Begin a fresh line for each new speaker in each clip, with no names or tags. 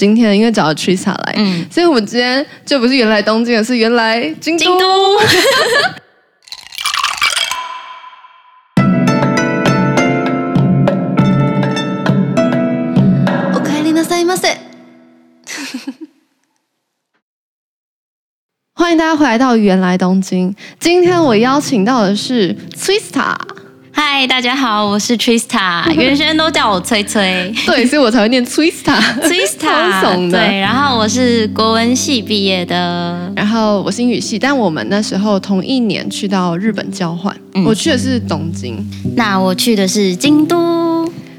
今天因为找了 Trisa 来，
嗯
所以我们今天就不是原来东京的，是原来京都。
京都。
お帰りなさいませ。欢迎大家回来到原来东京。今天我邀请到的是 Twista，
嗨，大家好，我是 Trista，原先都叫我崔崔
对，所以我才会念 Twista。超
，Trista，
怂的
对，然后我是国文系毕业的，
然后我是英语系，但我们那时候同一年去到日本交换，
嗯
我去的是东京。
那我去的是京都。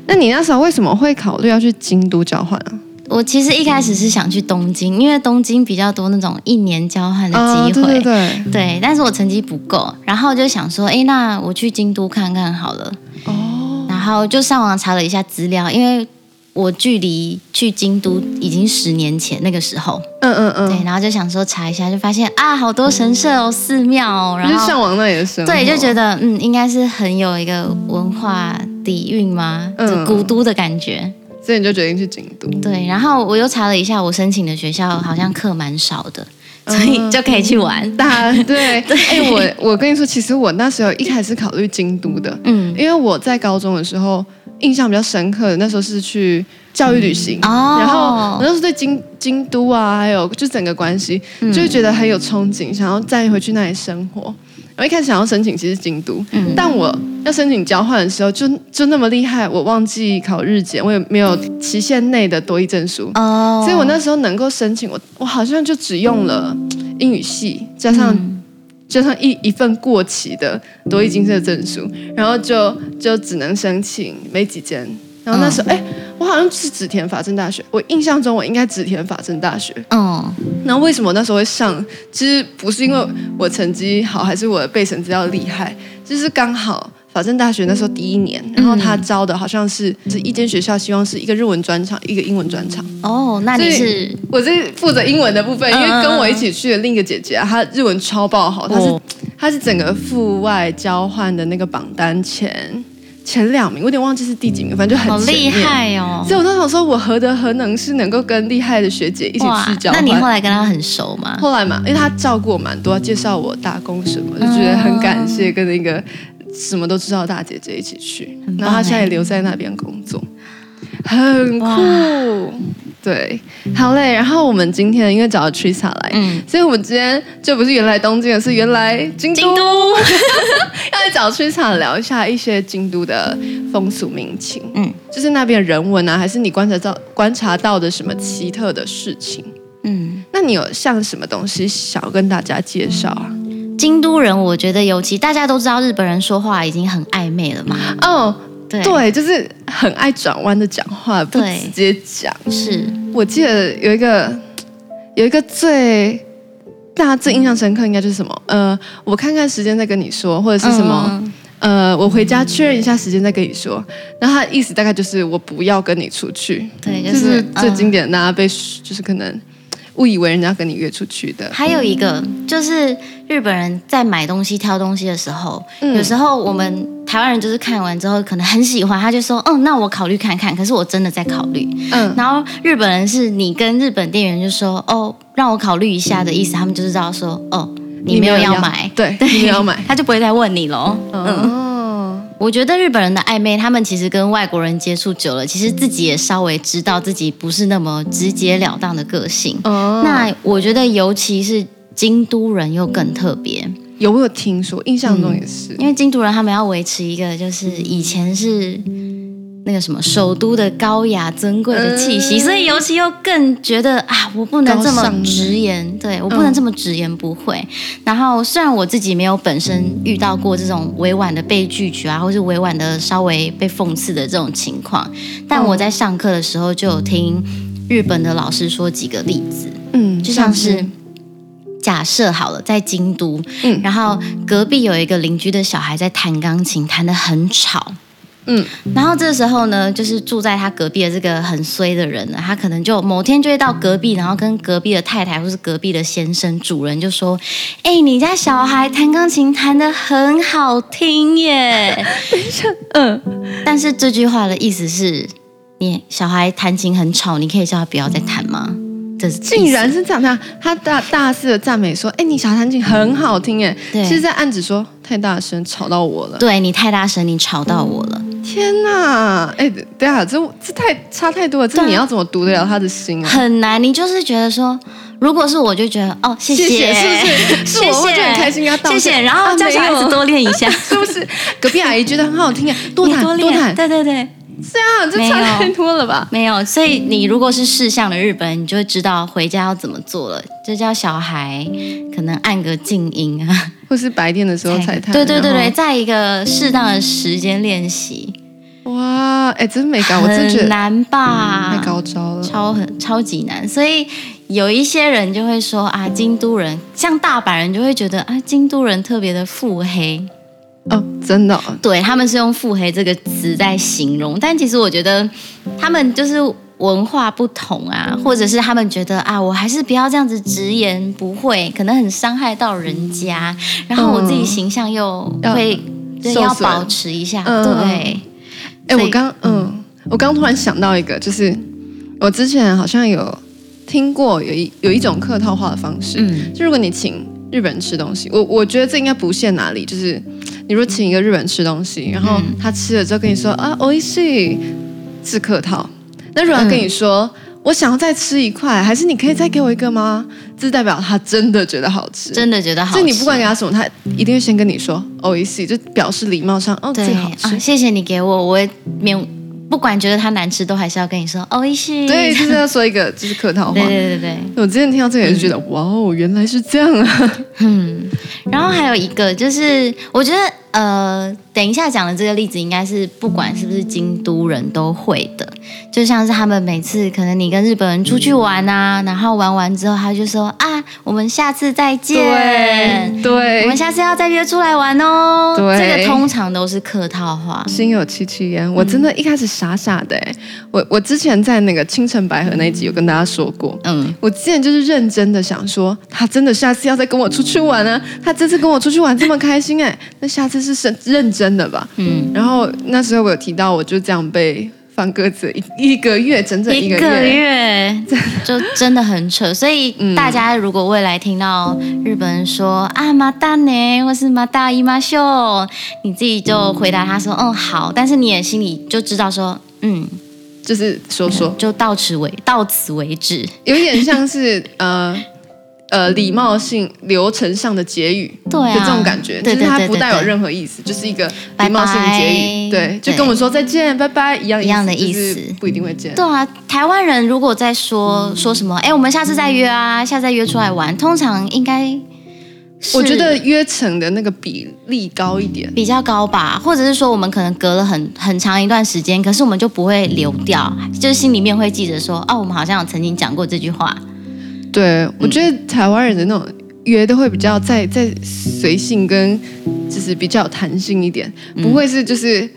那你那时候为什么会考虑要去京都交换啊？
我其实一开始是想去东京，因为东京比较多那种一年交换的
啊，
机
对
会，
对对，
哦对但是我成绩不够，然后我就想说，哎，那我去京都看看好了。
哦，
然后就上网查了一下资料，因为我距离去京都已经十年前那个时候，
嗯嗯
对，
嗯，
然后就想说查一下，就发现啊，好多神社哦、寺庙哦，然
就是
后
向往那里的生活，
对，就觉得嗯，应该是很有一个文化底蕴嘛，
嗯
就古都的感觉。
所以你就决定去京都。
对，然后我又查了一下，我申请的学校好像课蛮少的，
嗯
所以就可以去玩。
大对，哎、我我跟你说，其实我那时候一开始考虑京都的，
嗯，
因为我在高中的时候印象比较深刻的，那时候是去教育旅行，
哦，
然后我那时候对京京都啊，还有就整个关系，
嗯
就会觉得很有憧憬，想要再回去那里生活。我一开始想要申请其实是京都，
嗯
但我要申请交换的时候就就那么厉害，我忘记考日检，我也没有期限内的多一证书，
哦，
所以我那时候能够申请，我我好像就只用了英语系加上、
嗯
加上一一份过期的多益金色证书，然后就就只能申请没几间。然后那
哦
时候，哎、我好像是只填法政大学，我印象中我应该只填法政大学。
嗯
那为什么我那时候会上？其实不是因为我成绩好，还是我的备审资料厉害，就是刚好法政大学那时候第一年，然后
嗯
他招的好像是是一间学校，希望是一个日文专场，一个英文专场。
哦，那你
所以
是
我是负责英文的部分，因为
嗯嗯
跟我一起去的另一个姐姐啊，她日文超爆好，她是
哦
她是整个阜外交换的那个榜单前前两名，我有点忘记是第几名，反正就
嗯好
很前
厉
面。
害哦，
所以我那时候说，我何德何能是能够跟厉害的学姐一起
哇，
去交
那你后
换。
来跟他很熟吗？
后来嘛，因为她照顾我蛮多，介绍我打工什么，就觉得很感谢跟那个什么都知道的大姐姐一起去。
很棒
然后她现在也
欸
留在那边工作，很
哇
酷。对，好嘞。然后我们今天因为找了 Trisa 来，
嗯，
所以我们今天就不是原来东京，而是原来京都，
京都，
要来找崔厂聊一下一些京都的风俗民情，
嗯
就是那边人文啊，还是你观察到观察到的什么奇特的事情？
嗯，
那你有像什么东西想要跟大家介绍啊？
京都人，我觉得尤其大家都知道日本人说话已经很暧昧了嘛，
哦，
对，
对，就是很爱转弯的讲话，不
对
直接讲。
是，
我记得有一个有一个最大家最印象深刻，应该就是什么？呃，我看看时间再跟你说，或者是什么？
嗯？
呃，我回家确认一下时间再跟你说。那他的意思大概就是我不要跟你出去，
对，
就
就是是
最
嗯
经典的，大啊家被就是可能误以为人家跟你约出去的。
还有一个就是日本人在买东西、挑东西的时候，
嗯
有时候我们台湾人就是看完之后可能很喜欢，他就说：“嗯，那我考虑看看。”可是我真的在考虑。
嗯，
然后日本人是你跟日本店员就说：“哦，让我考虑一下”的意思，他们就知道说：“哦，你没有要买，
对，你没有 要买。
他就不会再问你嗯喽。”
嗯哦，
我觉得日本人的暧昧，他们其实跟外国人接触久了，其实自己也稍微知道自己不是那么直截了当的个性。
哦，
那我觉得，尤其是京都人又更特别，
有没有听说？印象中也是。
因为京都人他们要维持一个就是以前是那个什么首都的高雅尊贵的气息，
嗯
所以尤其又更觉得啊，我不能这
高
么
尚
直言，对我不能
嗯
这么直言不讳。然后虽然我自己没有本身遇到过这种委婉的被拒绝啊，或是委婉的稍微被讽刺的这种情况，但
嗯
我在上课的时候就有听日本的老师说几个例子。
嗯，
就像是假设好了，在京都，
嗯
然后隔壁有一个邻居的小孩在弹钢琴，弹得很吵。
嗯，
然后这时候呢，就是住在他隔壁的这个很衰的人呢，他可能就某天就会到隔壁，然后跟隔壁的太太或是隔壁的先生、主人就说：“哎、你家小孩弹钢琴弹得很好听耶。”
嗯，
但是这句话的意思是，你小孩弹琴很吵，你可以叫他不要再弹吗？这是
竟然是这样，他他大大肆的赞美说：“哎，你小弹琴很好听哎。”
对
其实在暗指说太大声吵到我了。
对你太大声，你吵到我了。
天哪！哎，对啊，这这太差太多了，这
对啊
你要怎么读得了他的心啊？
很难，你就是觉得说，如果是我就觉得哦，谢
谢谢是
谢，
不是是我
谢谢
我就很开心要道
谢
歉
谢，然后
啊
叫小孩
没
子
有
多练一下，
是不是？隔壁阿姨觉得很好听哎， 多
你
弹
多
多
练，
弹，
对对对，
这样这差太多了吧？
没有，所以你如果是视像的日本，你就会知道回家要怎么做了，就叫小孩可能按个静音啊，
或是白天的时候才弹？
对对对
然
对，
后
在一个适当的时间练习，
哇，哎、真没搞，我真觉
很
得嗯
难吧？
太高招了。
超很超级难，所以有一些人就会说啊，京都人像大阪人就会觉得啊，京都人特别的腹黑，
哦，真的、哦，
对他们是用腹黑这个词在形容，但其实我觉得他们就是文化不同啊，或者是他们觉得啊，我还是不要这样子直言不讳，可能很伤害到人家，然后我自己形象又
嗯要
会、对
受
要
损
保持一下，
嗯
对，
哎、
所以
我刚嗯，我刚突然想到一个，就是我之前好像有听过有一有一种客套话的方式，
嗯
就如果你请日本人吃东西，我我觉得这应该不限哪里，就是你如果请一个日本人吃东西，然后
嗯
他吃了之后跟你说、啊，おいしい，是客套。那如果他跟你说、
嗯
我想要再吃一块，还是你可以再给我一个吗？这代表他真的觉得好吃，
真的觉得好吃，
就你不管给他什么，他一定会先跟你说 “O E C”，就表示礼貌上哦，这
对
个好吃
啊，。谢谢你给我，我也免不管觉得它难吃，都还是要跟你说哦，一西。
对，就是要说一个就是客套话。
对嗯对对对，
我之前听到这个也是觉得，哇哦，原来是这样啊！
嗯。然后还有一个就是，我觉得呃，等一下讲的这个例子，应该是不管是不是京都人都会的，就像是他们每次可能你跟日本人出去玩啊，然后玩完之后，他就说啊，我们下次再见。我们
对，
下次要再约出来玩哦。
对
这个通常都是客套话。
心有戚戚焉。我真的一开始傻傻的、欸，我我之前在那个清晨白河那一集有跟大家说过。
嗯，
我之前就是认真的想说，他真的下次要再跟我出去玩啊！他这次跟我出去玩这么开心哎、那下次是认认真的吧？
嗯
嗯。然后那时候我有提到，我就这样被放鸽子一一个月，整整一个
个月，就真的很扯。所以大家如果未来听到日本人说、啊马大呢，或是马大姨妈秀，你自己就回答他说嗯好，但是你也心里就知道说嗯，
就是说说，
就到此为到此为止。
有点像是 呃呃礼貌性流程上的结语
对啊，
的这种感觉，
对
就是
对
它
对
不
对
带有
对。
任何意思，就是一个
拜拜
礼貌性的结语，对，就
对
跟我们说再见、拜拜一样
一样的意
思，
思
就是不一定会见。
对啊，台湾人如果在说说什么，哎，我们下次再约啊，下次再约出来玩，通常应该是
我觉得约成的那个比例高一点，
比较高吧，或者是说我们可能隔了很很长一段时间，可是我们就不会流掉，就是心里面会记着说，哦，我们好像有曾经讲过这句话，
对我
嗯
觉得台湾人的那种。约都会比较再再随性跟就是比较有弹性一点，
嗯
不会是就是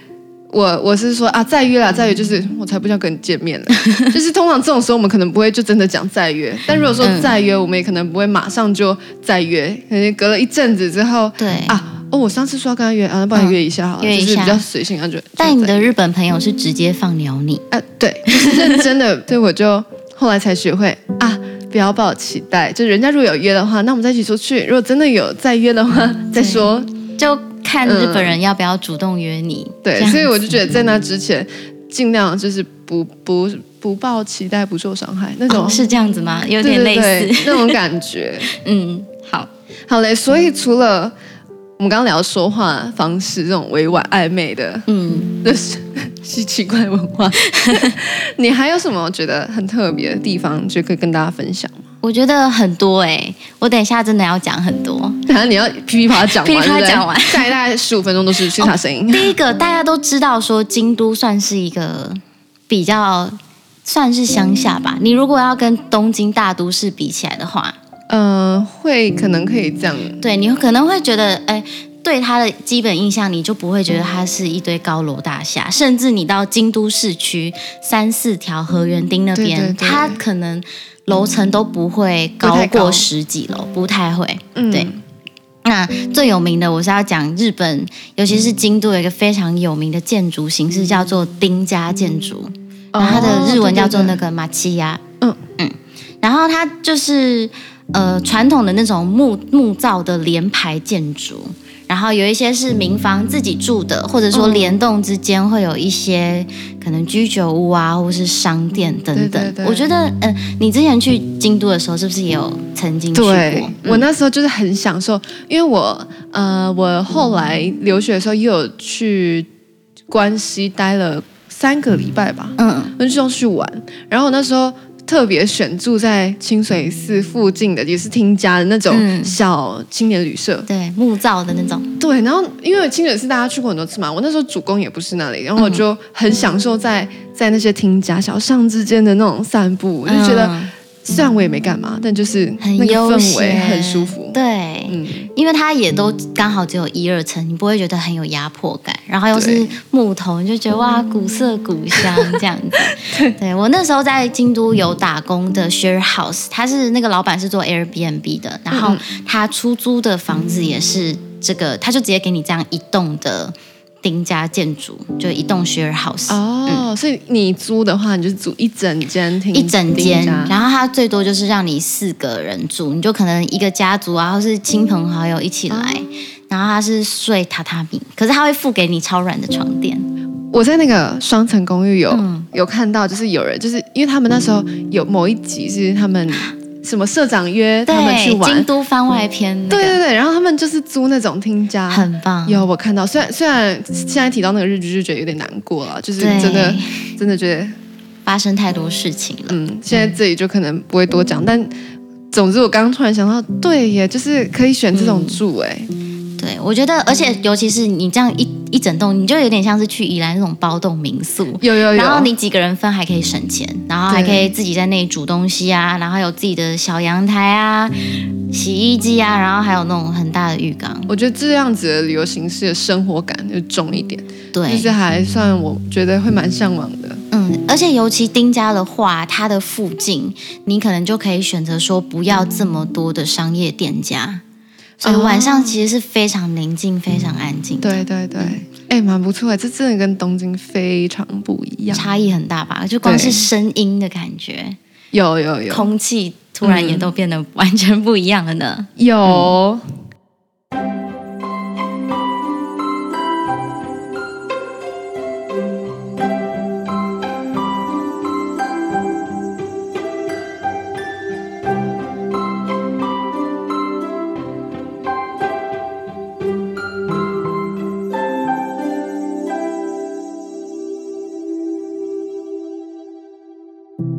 我我是说啊再约啦再约，就是我才不想跟你见 面呢。就是通常这种时候我们可能不会就真的讲再约，但如果说
嗯
再约，我们也可能不会马上就再约，可能隔了一阵子之后
对。
啊哦我上次说要跟他约啊，那不然
嗯
约一下好了，
约一
就是比
下
较随性，感觉。
但你的日本朋友是直接放鸟你，
啊，对， 就是认真的，所以我就后来才学会啊，不要抱期待，就人家如果有约的话，那我们再一起出去；如果真的有再约的话，再说。
就看日本人要不要主动约你。
对
这，样
所以我就觉得在那之前，尽量就是不不不抱期待，不受伤害那种，
哦是这样子吗？有点类
对对对
似，
那种感 觉。
嗯，好，
好嘞，所以除了我们刚刚聊说话方式这种委婉暧昧的
嗯，
那是 稀奇怪文 化，你还有什么觉得很特别的地方，就可以跟大家分享？
我觉得很多哎、我等一下真的要讲很多。
然后你要噼里啪啦讲完，
噼里啪啦
对不对
讲完哦
下来大概十五分钟都是清查声音。
第一个，大家都知道说京都算是一个比较算是乡下吧。你如果要跟东京大都市比起来的话，
嗯、呃，会可能可以这样，
对你可能会觉得，哎，对它的基本印象，你就不会觉得它是一堆高楼大厦。甚至你到京都市区三四条河园町那边，
嗯对对对
它可能楼层都不会
不
高
太高
过十几楼，不太会。
嗯，
对那最有名的，我是要讲日
嗯
本，尤其是京都有一个非常有名的建筑形式，叫做丁家建筑。然后它的日文叫做那
个
个马奇亚，
嗯
嗯，然后它就是呃传统的那种木木造的连排建筑，然后有一些是民房自己住的，或者说
嗯
联动之间会有一些可能居酒屋啊，或是商店等等。
对对对
我觉得，嗯、你之前去京都的时候，是不是也有曾经去过？
对，我
嗯
那时候就是很享受，因为我呃，我后来留学的时候也有去关西待了三个礼拜吧，
嗯
那就去玩。然后那时候特别选住在清水寺附近的，也是听家的那种
嗯
小青年旅社。
对木造的那种，
对，然后因为清水寺大家去过很多次嘛，我那时候主攻也不是那里，然后我
嗯
就很享受在在那些听家小巷之间的那种散步，我就觉得
嗯
虽然我也没干嘛，但就是
很
那个
悠
氛围
闲，
很舒服。
对，
嗯，
因为它也都刚好只有一二层，你不会觉得很有压迫感。然后又是
对
木头，你就觉得哇，古色古香这样 子。对我那时候在京都有打工的 share house，他是那个老板是做 Airbnb 的，然后
嗯
他出租的房子也是这个，他就直接给你这样一栋的丁家建筑，就一栋 share house。
哦，所以你租的话，你就租一整间厅，
一整间
厅，家
然后它最多就是让你四个人住，你就可能一个家族啊，或是亲朋好友一起来，然后它是睡榻榻米，可是它会付给你超软的床垫，
我在那个双层公寓有、
嗯
有看到，就是有人，就是因为他们那时候有某一集是他们什么社长约他们去
对，京
玩，
都番外篇、那
对对
个，
对，然后他们就是租那种听家，
很棒，
有我看到，虽然虽然现在提到那个日剧就觉得有点难过了，就是
对
真的真的觉得，
发生太多事情了，
嗯，现在这里就可能不会多讲，但总之我刚刚突然想到，对耶，就是可以选这种
嗯
住哎、
对我觉得，而且尤其是你这样一一整栋，你就有点像是去宜兰那种包栋民宿，
有有有，
然后你几个人分还可以省钱，然后还
对
可以自己在那里煮东西
嗯
啊，然后有自己的小阳台啊、洗衣机啊，然后还有那种很大的浴缸。
我觉得这样子的旅游形式的生活感就重一点，就
对
是，还算我觉得会蛮向往的。
嗯，而且尤其丁家的话，它的附近你可能就可以选择说不要这么多的商业店家，所以
哦
晚上其实是非常宁静、非常安静的。
对对对，哎、蛮不错哎，这真的跟东京非常不一样。
差异很大吧？就光
对
是声音的感觉，
有有有
空气突然也
嗯
都变得完全不一样了呢。
有，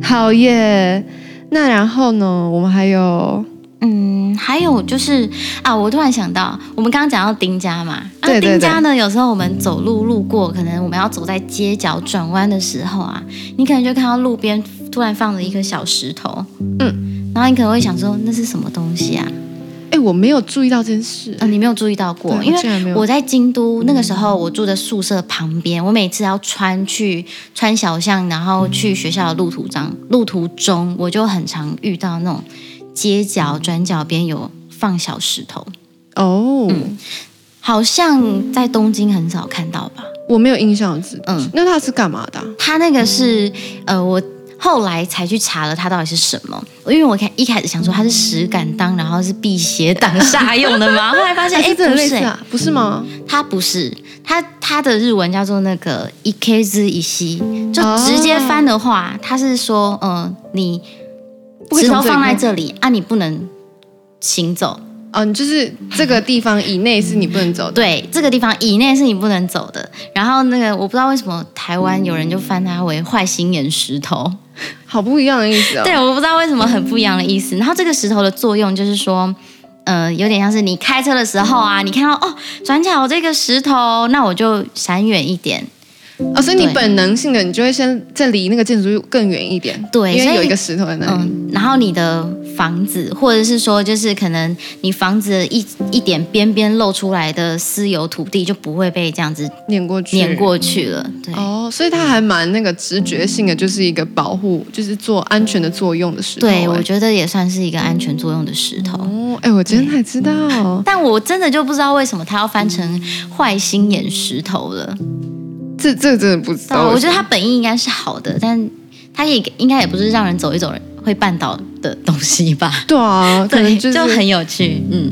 好耶！那然后呢？我们还有
嗯，还有就是啊，我突然想到，我们刚刚讲到丁家嘛，啊，
对对
丁家呢，有时候我们走路路过，可能我们要走在街角转弯的时候啊，你可能就看到路边突然放了一颗小石头，嗯，然后你可能会想说那是什么东西啊？
哎、我没有注意到这件事
嗯、。你没有注意到过，
对
因
我竟然没
为
有嗯
我在京都那个时候，我住的宿舍旁边，我每次要穿去穿小巷，然后去学校的路途中，路途中我就很常遇到那种街角转角边有放小石头，
哦，
嗯好像在东京很少看到吧？
我没有印象是。
嗯
那他是干嘛的啊、
它那个是呃，我后来才去查了它到底是什么，因为我看一开始想说它是石敢当，然后是辟邪挡煞用的嘛，后 来发现哎、
是
不
这很类
是、
似啊，不是吗？
它不是，它它的日文叫做那个一 k 之一西，就
哦
直接翻的话，它是说，呃，你
不可以
石
从
头
这里
放在
过
这里啊，你不能行走，
嗯、你就是这个地方以内是你不能走的。
对，这个地方以内是你不能走的。然后那个我不知道为什么台湾有人就翻它为坏心眼石头，
好不一样的意思哦。
嗯对，我不知道为什么很不一样的意思。然后这个石头的作用就是说。呃，有点像是你开车的时候啊，你看到哦，转角有这个石头，那我就闪远一点，
哦，所以你
对
本能性的，你就会先再离那个建筑物更远一点。
对
因
所
为
以
有一个石头在那里。
嗯，然后你的房子，或者是说，就是可能你房子的一一点边边露出来的私有土地就不会被这样子
碾过去，
碾。过去了。对，
哦，所以它还蛮那个直觉性的，就是一个保护，就是做安全的作用的石头。
对，我
得。
觉得也算是一个安全作用的石头。
哦，哎，我今天才知道，
但我真的就不知道为什么它要翻成坏心眼石头了。
这这这真的不知
对啊
道为什么。
我觉得他本意应该是好的，但他也应该也不是让人走一走会绊倒的东西吧？
对啊，可能
对，
就
就是很有趣，嗯嗯，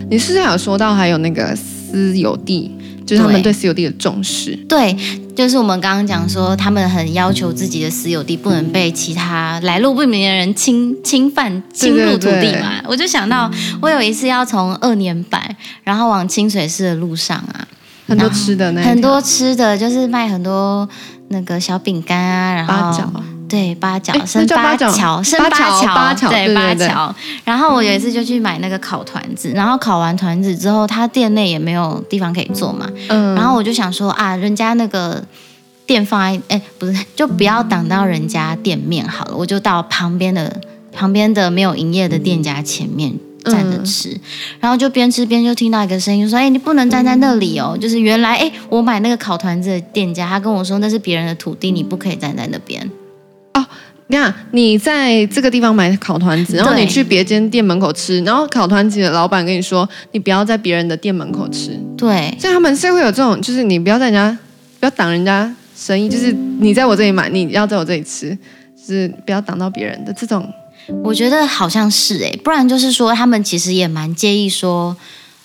嗯，你是不是还有说到还有那个私有地，就是他们
对
对私有地的重视。
对，就是我们刚刚讲说，他们很要求自己的私有地不能被其他来路不明的人侵侵犯、侵入土地嘛。我就想到，我有一次要从二年版，然后往清水寺的路上啊，
很多吃的那一条
很多吃的，就是卖很多那个小饼干啊，然
八
后
角，
对八角
诶
生
那叫八角
桥生
八角
桥
八角对
对
对
八
对
桥。然后我有一次就去买那个烤团子，然后烤完团子之后，他店内也没有地方可以坐嘛，
嗯，
然后我就想说啊，人家那个店放在哎不是，就不要挡到人家店面好了，我就到旁边的旁边的没有营业的店家前面。站着
嗯
吃，然后就边吃边就听到一个声音说：“哎、你不能站在那里哦！”就是原来哎、我买那个烤团子的店家，他跟我说那是别人的土地，你不可以站在那边。
你看你在这个地方买烤团子，然后
对
你去别间店门口吃，然后烤团子的老板跟你说，你不要在别人的店门口吃，
对，
所以他们是会有这种，就是你不要在人家，不要挡人家生意，就是你在我这里买，你要在我这里吃，就是不要挡到别人的这种。
我觉得好像是哎、不然就是说他们其实也蛮介意说，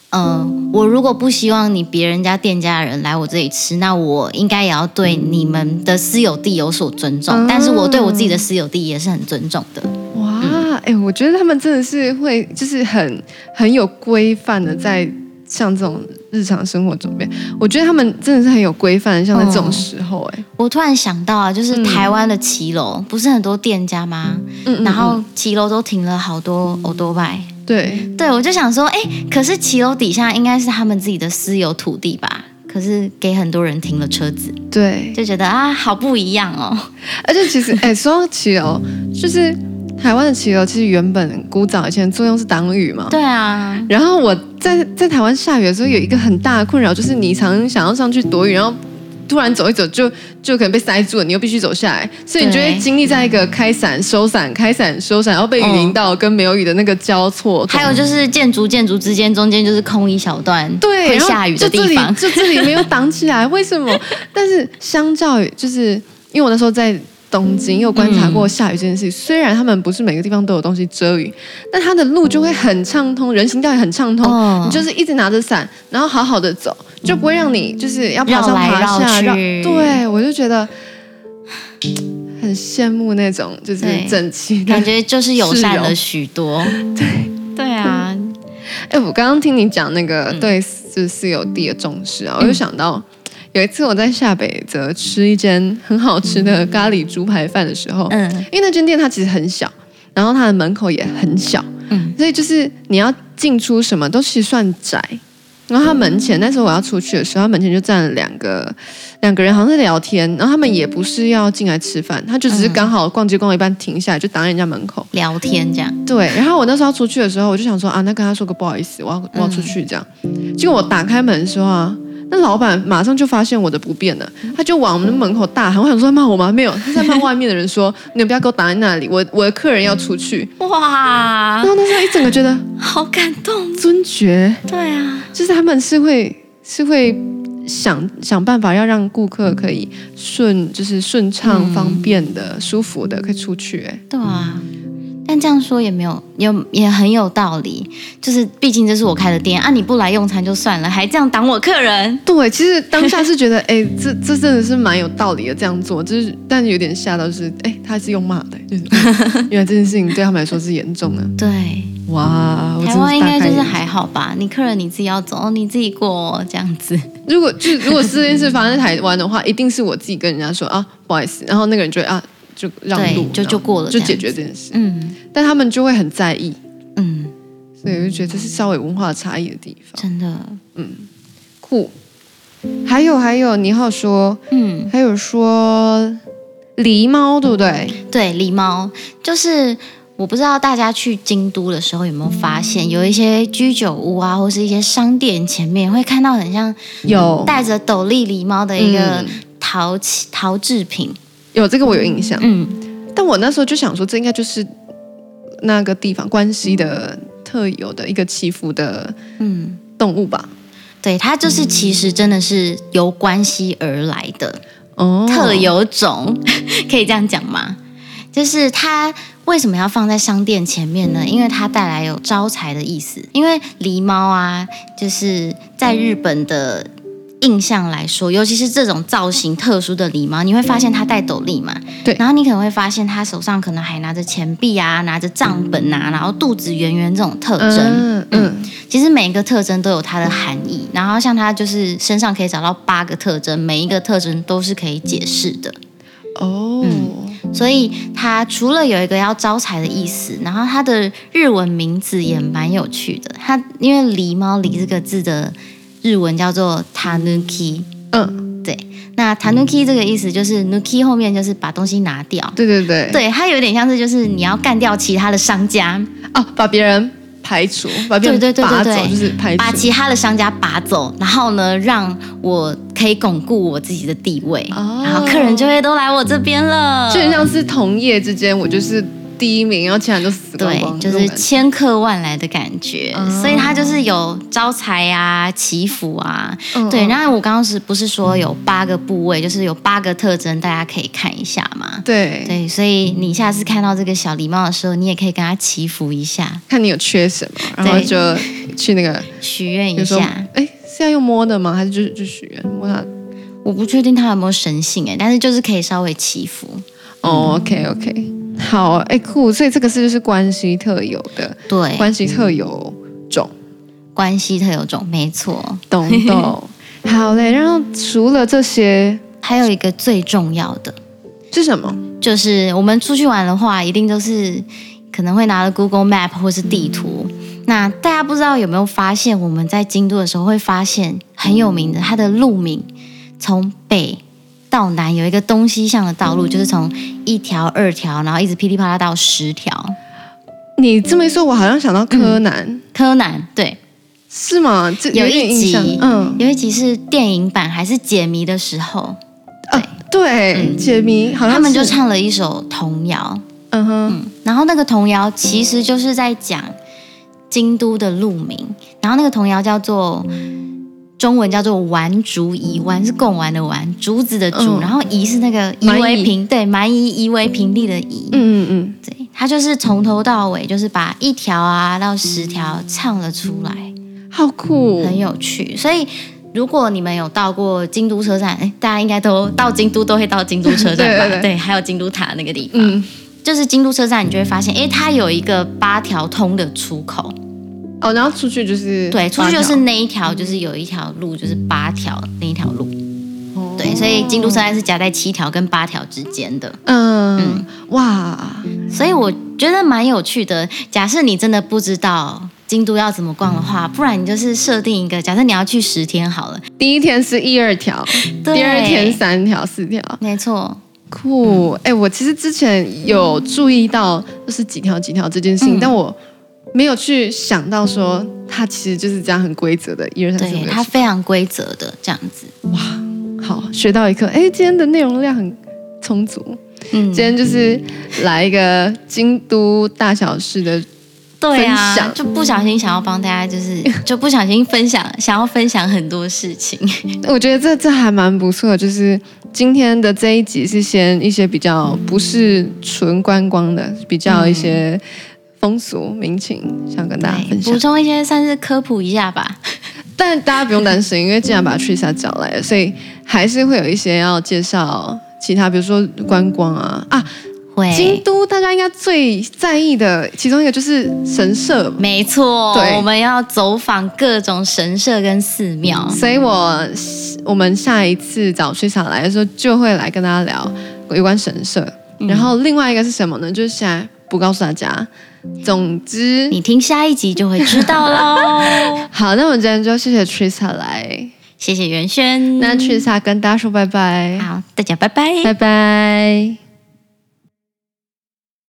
嗯、我如果不希望你别人家店家的人来我这里吃，那我应该也要对你们的私有地有所尊重，
嗯
但是我对我自己的私有地也是很尊重的。
哇，哎、我觉得他们真的是会，就是很很有规范的在。像这种日常生活准备，我觉得他们真的是很有规范，像在这种时候、哎、
我突然想到啊，就是台湾的骑楼、不是很多店家吗？
嗯，嗯
然后骑楼都停了好多欧多拜。
嗯对，
对，我就想说，哎，可是骑楼底下应该是他们自己的私有土地吧？可是给很多人停了车子，
对，
就觉得啊，好不一样哦。
而且其实，哎、说到骑楼，就是台湾的骑楼，其实原本古早以前作用是挡雨嘛。
对啊，
然后我在在台湾下雨的时候，有一个很大的困扰，就是你常想要上去躲雨，然后突然走一走就就可能被塞住了，你又必须走下来，所以你就会
对
经历在一个开伞、收伞、开伞、收伞，然后被雨淋到跟没有雨的那个交错中。
还有就是建筑建筑之间中间就是空一小段
对，
会
然后
下雨的
就这
地
里，
方
就这里没 有挡起来，哎为什么？但是相较于，就是因为我那时候在东京，有观察过下雨这件事情，虽然他们不是每个地方都有东西遮雨，但它的路就会很畅通，人行道也很畅通，
哦
你就是一直拿着伞，然后好好的走，就不会让你就是要爬
绕
上
来
爬
绕
下。
去
对，我就觉得。很羡慕那种就是
对
整齐的
感觉就是友善
是
了
哦
许多。对对啊，
哎、我刚刚听你讲那个对就是私有地的重视啊，我就想到有一次我在下北泽吃一间很好吃的咖喱猪排饭的时候，
嗯
因为那间店它其实很小，然后它的门口也很小，
嗯
所以就是你要进出什么都其实算窄。然后他门前，那时候我要出去的时候，他门前就站了两个两个人，好像是聊天。然后他们也不是要进来吃饭，他就只是刚好逛街逛到一半停下来，就挡在人家门口。
聊天这样，
对，然后我那时候要出去的时候，我就想说啊，那跟他说个不好意思，我要我要出去这样。结果我打开门的时候啊，那老板马上就发现我的不便了，他就往我们门口大喊，我想说他骂我吗？没有，他在骂外面的人说， 你们不要给我挡在那里，我我的客人要出去。
哇啊
然，后那时候一整个觉得
好感动。
尊爵，
对啊，
就是他们是会是会想想办法要让顾客可以顺就是顺畅、方便的、舒服
嗯
的可以出去、哎，
对啊。但这样说也没有，也也很有道理。就是毕竟这是我开的店啊，你不来用餐就算了，还这样挡我客人。
对，其实当下是觉得， 哎、这这真的是蛮有道理的，这样做，就是但有点吓到，就是哎、他还是用骂的，就是 原来这件事情对他们来说是严重的。
对，
哇，我真的
台湾应该
大开
就是
眼
还好吧，你客人你自己要走，你自己过哦这样子。
如果就是如果这件事发生在台湾的话，一定是我自己跟人家说啊，不好意思，然后那个人就会啊就让
对
路，
就
然后
就过了
就
这样
解决这件事，
嗯
但他们就会很在意，
嗯。
所以我就觉得这是稍微文化差异的地方。
真的，
酷，还有还有，你还有说
嗯，
还有说狸猫对不对？
对，狸猫就是我不知道大家去京都的时候有没有发现，有一些居酒屋啊，或是一些商店前面会看到很像
有
戴着斗笠狸猫的一个
嗯
陶器、陶制品，
有这个我有印象，
嗯，
但我那时候就想说，这应该就是那个地方关西的特有的一个祈福的
嗯
动物吧？
对，它就是其实真的是由关系而来的，
哦，
特有种， 可以这样讲吗？就是它为什么要放在商店前面
嗯
呢？因为它带来有招财的意思。因为狸猫啊，就是在日本的印象来说，尤其是这种造型特殊的狸猫，你会发现它戴斗笠嘛，
对
然后你可能会发现它手上可能还拿着钱币啊，拿着账本啊，然后肚子圆圆这种特征。
嗯嗯，
其实每一个特征都有它的含义，然后像它就是身上可以找到八个特征，每一个特征都是可以解释的。
哦，
所以它除了有一个要招财的意思，然后它的日文名字也蛮有趣的。它因为“狸猫”“狸”这个字的日文叫做 “tanuki”，
嗯，
那 “tanuki” 这个意思就是 “nuki” 后面就是把东西拿掉。
对对对，
对，它有点像是就是你要干掉其他的商家，
哦，把别人排除，把别人
对对对
拔
对
走，
对
就是排
把
除。
其他的商家拔走，然后呢，让我可以巩固我自己的地位，
哦
然后客人就会都来我这边了。
就很像是同业之间，我就是第一名，然后其他人都死光
对
光，，
就是千客万来的感觉，
哦
所以它就是有招财啊、祈福啊。对，
后
然后我刚刚是不是说有八个部位，就是有八个特征，大家可以看一下嘛？
对，
对，所以你下次看到这个小狸猫的时候，你也可以跟它祈福一下，
看你有缺什么，然后
对
就去 那个，
许愿
比如
一
说
下。，
哎，是要用摸的吗？还是就是就许愿摸它？
我不确定它有没有神性哎、但是就是可以稍微祈福。嗯
哦，OK OK，好，哎酷，所以这个是就是关系特有的，
对，
关系特有种，
关系特有种，没错。
懂懂。 好嘞，然后除了这些
还有一个最重要的，
是什么？
就是我们出去玩的话，一定都是可能会拿了 Google Map 或是地图。那大家不知道有没有发现，我们在京都的时候会发现很有名的，它的路名从北到南有一个东西向的道路，就是从一条、二条，然后一直噼里啪啦到十条。
你这么一说，我好像想到柯南，
柯南对，
是吗？这
有
点
一
印
集
象，，嗯，
有一集是电影版还是解谜的时候，
啊，对，解谜，好像
嗯他们就是唱了一首童谣，
嗯哼，
嗯，然后那个童谣其实就是在讲京都的路名，然后那个童谣叫做中文叫做“丸竹夷丸”，是贡丸的丸，竹子的竹，
嗯
然后夷是那个夷
蛮夷
为平，对，蛮夷夷为平地的夷，
嗯嗯嗯，
对，他就是从头到尾就是把一条啊到十条唱了出来，
好酷，
嗯很有趣，所以。如果你们有到过京都车站，哎，大家应该都到京都都会到京都车站吧？
对对对
还有京都塔那个地方。
嗯，
就是京都车站，你就会发现，诶，它有一个八条通的出口，
哦，然后出去就是
对，出去就
八
是
条
那一条，就是有一条路，就是八条那一条路，
哦
对，所以京都车站是夹在七条跟八条之间的，
嗯，哇，
所以我觉得蛮有趣的。假设你真的不知道京都要怎么逛的话，不然你就是设定一个，假设你要去十天好了，
第一天是一二条，
对
第二天三条四条，
没错，
酷，
嗯
哎、我其实之前有注意到就是几条几条这件事情，
嗯
但我没有去想到说它其实就是这样很规则的，一二三 四五
对，
六
它非常规则的这样子，
七，好，学到一课，哎、今天的内容量很充足，
嗯
今，天就是来一个京都大小事的
对啊
分享，
就不小心想要帮大 家，就是就不小心分享，想要分享很多事情。
我觉得这这还蛮不错的，就是今天的这一集是先一些比较不是纯观光的，比较一些风俗民情，想跟 大家
对
分
补
享。
充一些算是科普一下吧。
但大家不用担心，因为既然把 Trisa 找来了，所以还是会有一些要介绍其他，比如说观光啊啊，京
会，
都大家应该最在意的其中一个就是神社，
没错，
对
我们要走访各种神社跟寺庙。
所以我我们下一次找崔厂来的时候，就会来跟大家聊有关神社。然后另外一个是什么呢？就是现在不告诉大家。总之，
你听下一集就会知道喽。
好，那我们今天就谢谢 Trisa 来，
谢谢袁轩，
那 Trisa 跟大家说拜拜，
好，大家拜拜。
拜拜。